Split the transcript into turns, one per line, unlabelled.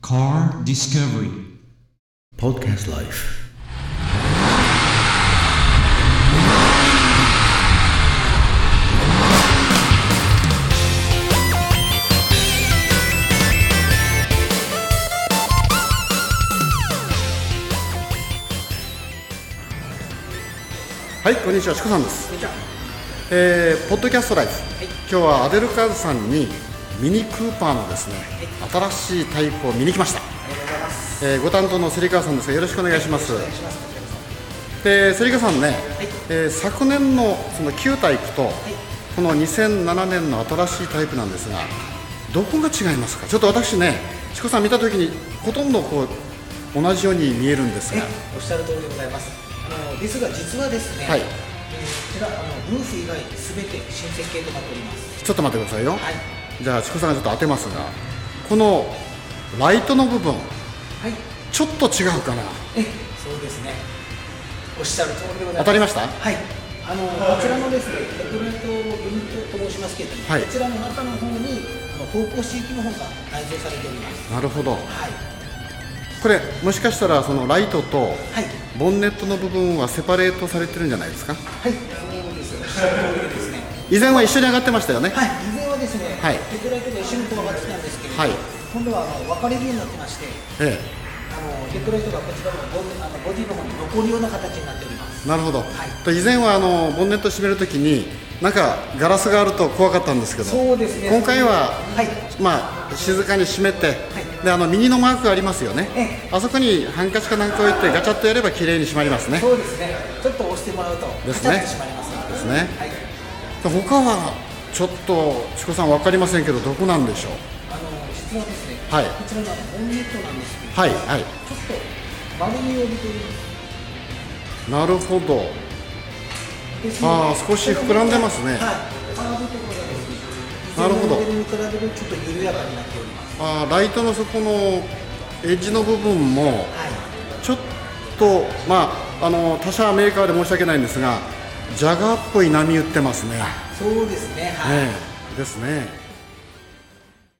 Car Discovery
Podcast Life.
はい、こんにちは、しこさんです。えーポッドキャストライフ、今日はアデルカズさんにミニクーパーのですね、新しいタイプを見に来ました。えーご担当の芹川さんですが、よろしくお願いします。で、芹川さんね、えー昨年のその旧タイプと、この2007年の新しいタイプなんですが、どこが違いますか。ちょっと私ね、しこさん見たときにほとんどこう同じように見えるんですが、
おっしゃる通りでございます。あのですが実はですね、
はい
えーこちらあのルーフ以外すべて新設計となっております。
ちょっと待ってくださいよ。
はい、
じゃあ、チコさんがちょっと当てますが、このライトの部分、
はい、
ちょっと違うかな。
えそうですね。おっしゃる通りでございます。
当たりました
はい。あのこちらのですね、ドキュメントユニットと申しますけれども、
はい
こちらの中の方にあの方向刺激の方が内蔵されております。
なるほど。
はい、
これ、もしかしたら、そのライトと
はい、
ボンネットの部分はセパレートされてるんじゃないですか。
はい、そうです。おっしゃる通りですね。
以前は一緒に上がってましたよね。
はい、以前はですね、
はい
デクライトと一緒にこう上がってたんですけれども、
はい
今度はあの分かれるようになってまして。
え
あのヘッドライトがこちらのボディあのボディの方に残るような形になっております。
え、なるほど。
い
と以前はあのボンネット閉めるときに、なんかガラスがあると怖かったんですけど、
そうですね
今回は
はい。
まあ、静かに閉めて、
い
であの右のマークありますよね
ええ、
あそこにハンカチかなんか置いて、ガチャッとやれば綺麗に閉まりますね。
そうですね。ちょっと押してもらうと
ですね
カチャッと閉まりますの
で
で。
すね
はい。
他はちょっと、チコさん分かりませんけど、どこなんでしょう、
あの実はですね、
はい
こちらのボンネットなんですけど、
はい、はい、
ちょっと丸みを帯びています。
なるほど、
ですので
ああ少し膨らんでますね
はい。カーブところがですね。
なるほど
以前のモデルに比べるとちょっと緩やかになっております。
あーライトのそこのエッジの部分も、
はい。
ちょっと、まあ、あの他社メーカーで申し訳ないんですが、ジャガーっぽい波打ってますね。
そうですね。はい。
ええですね。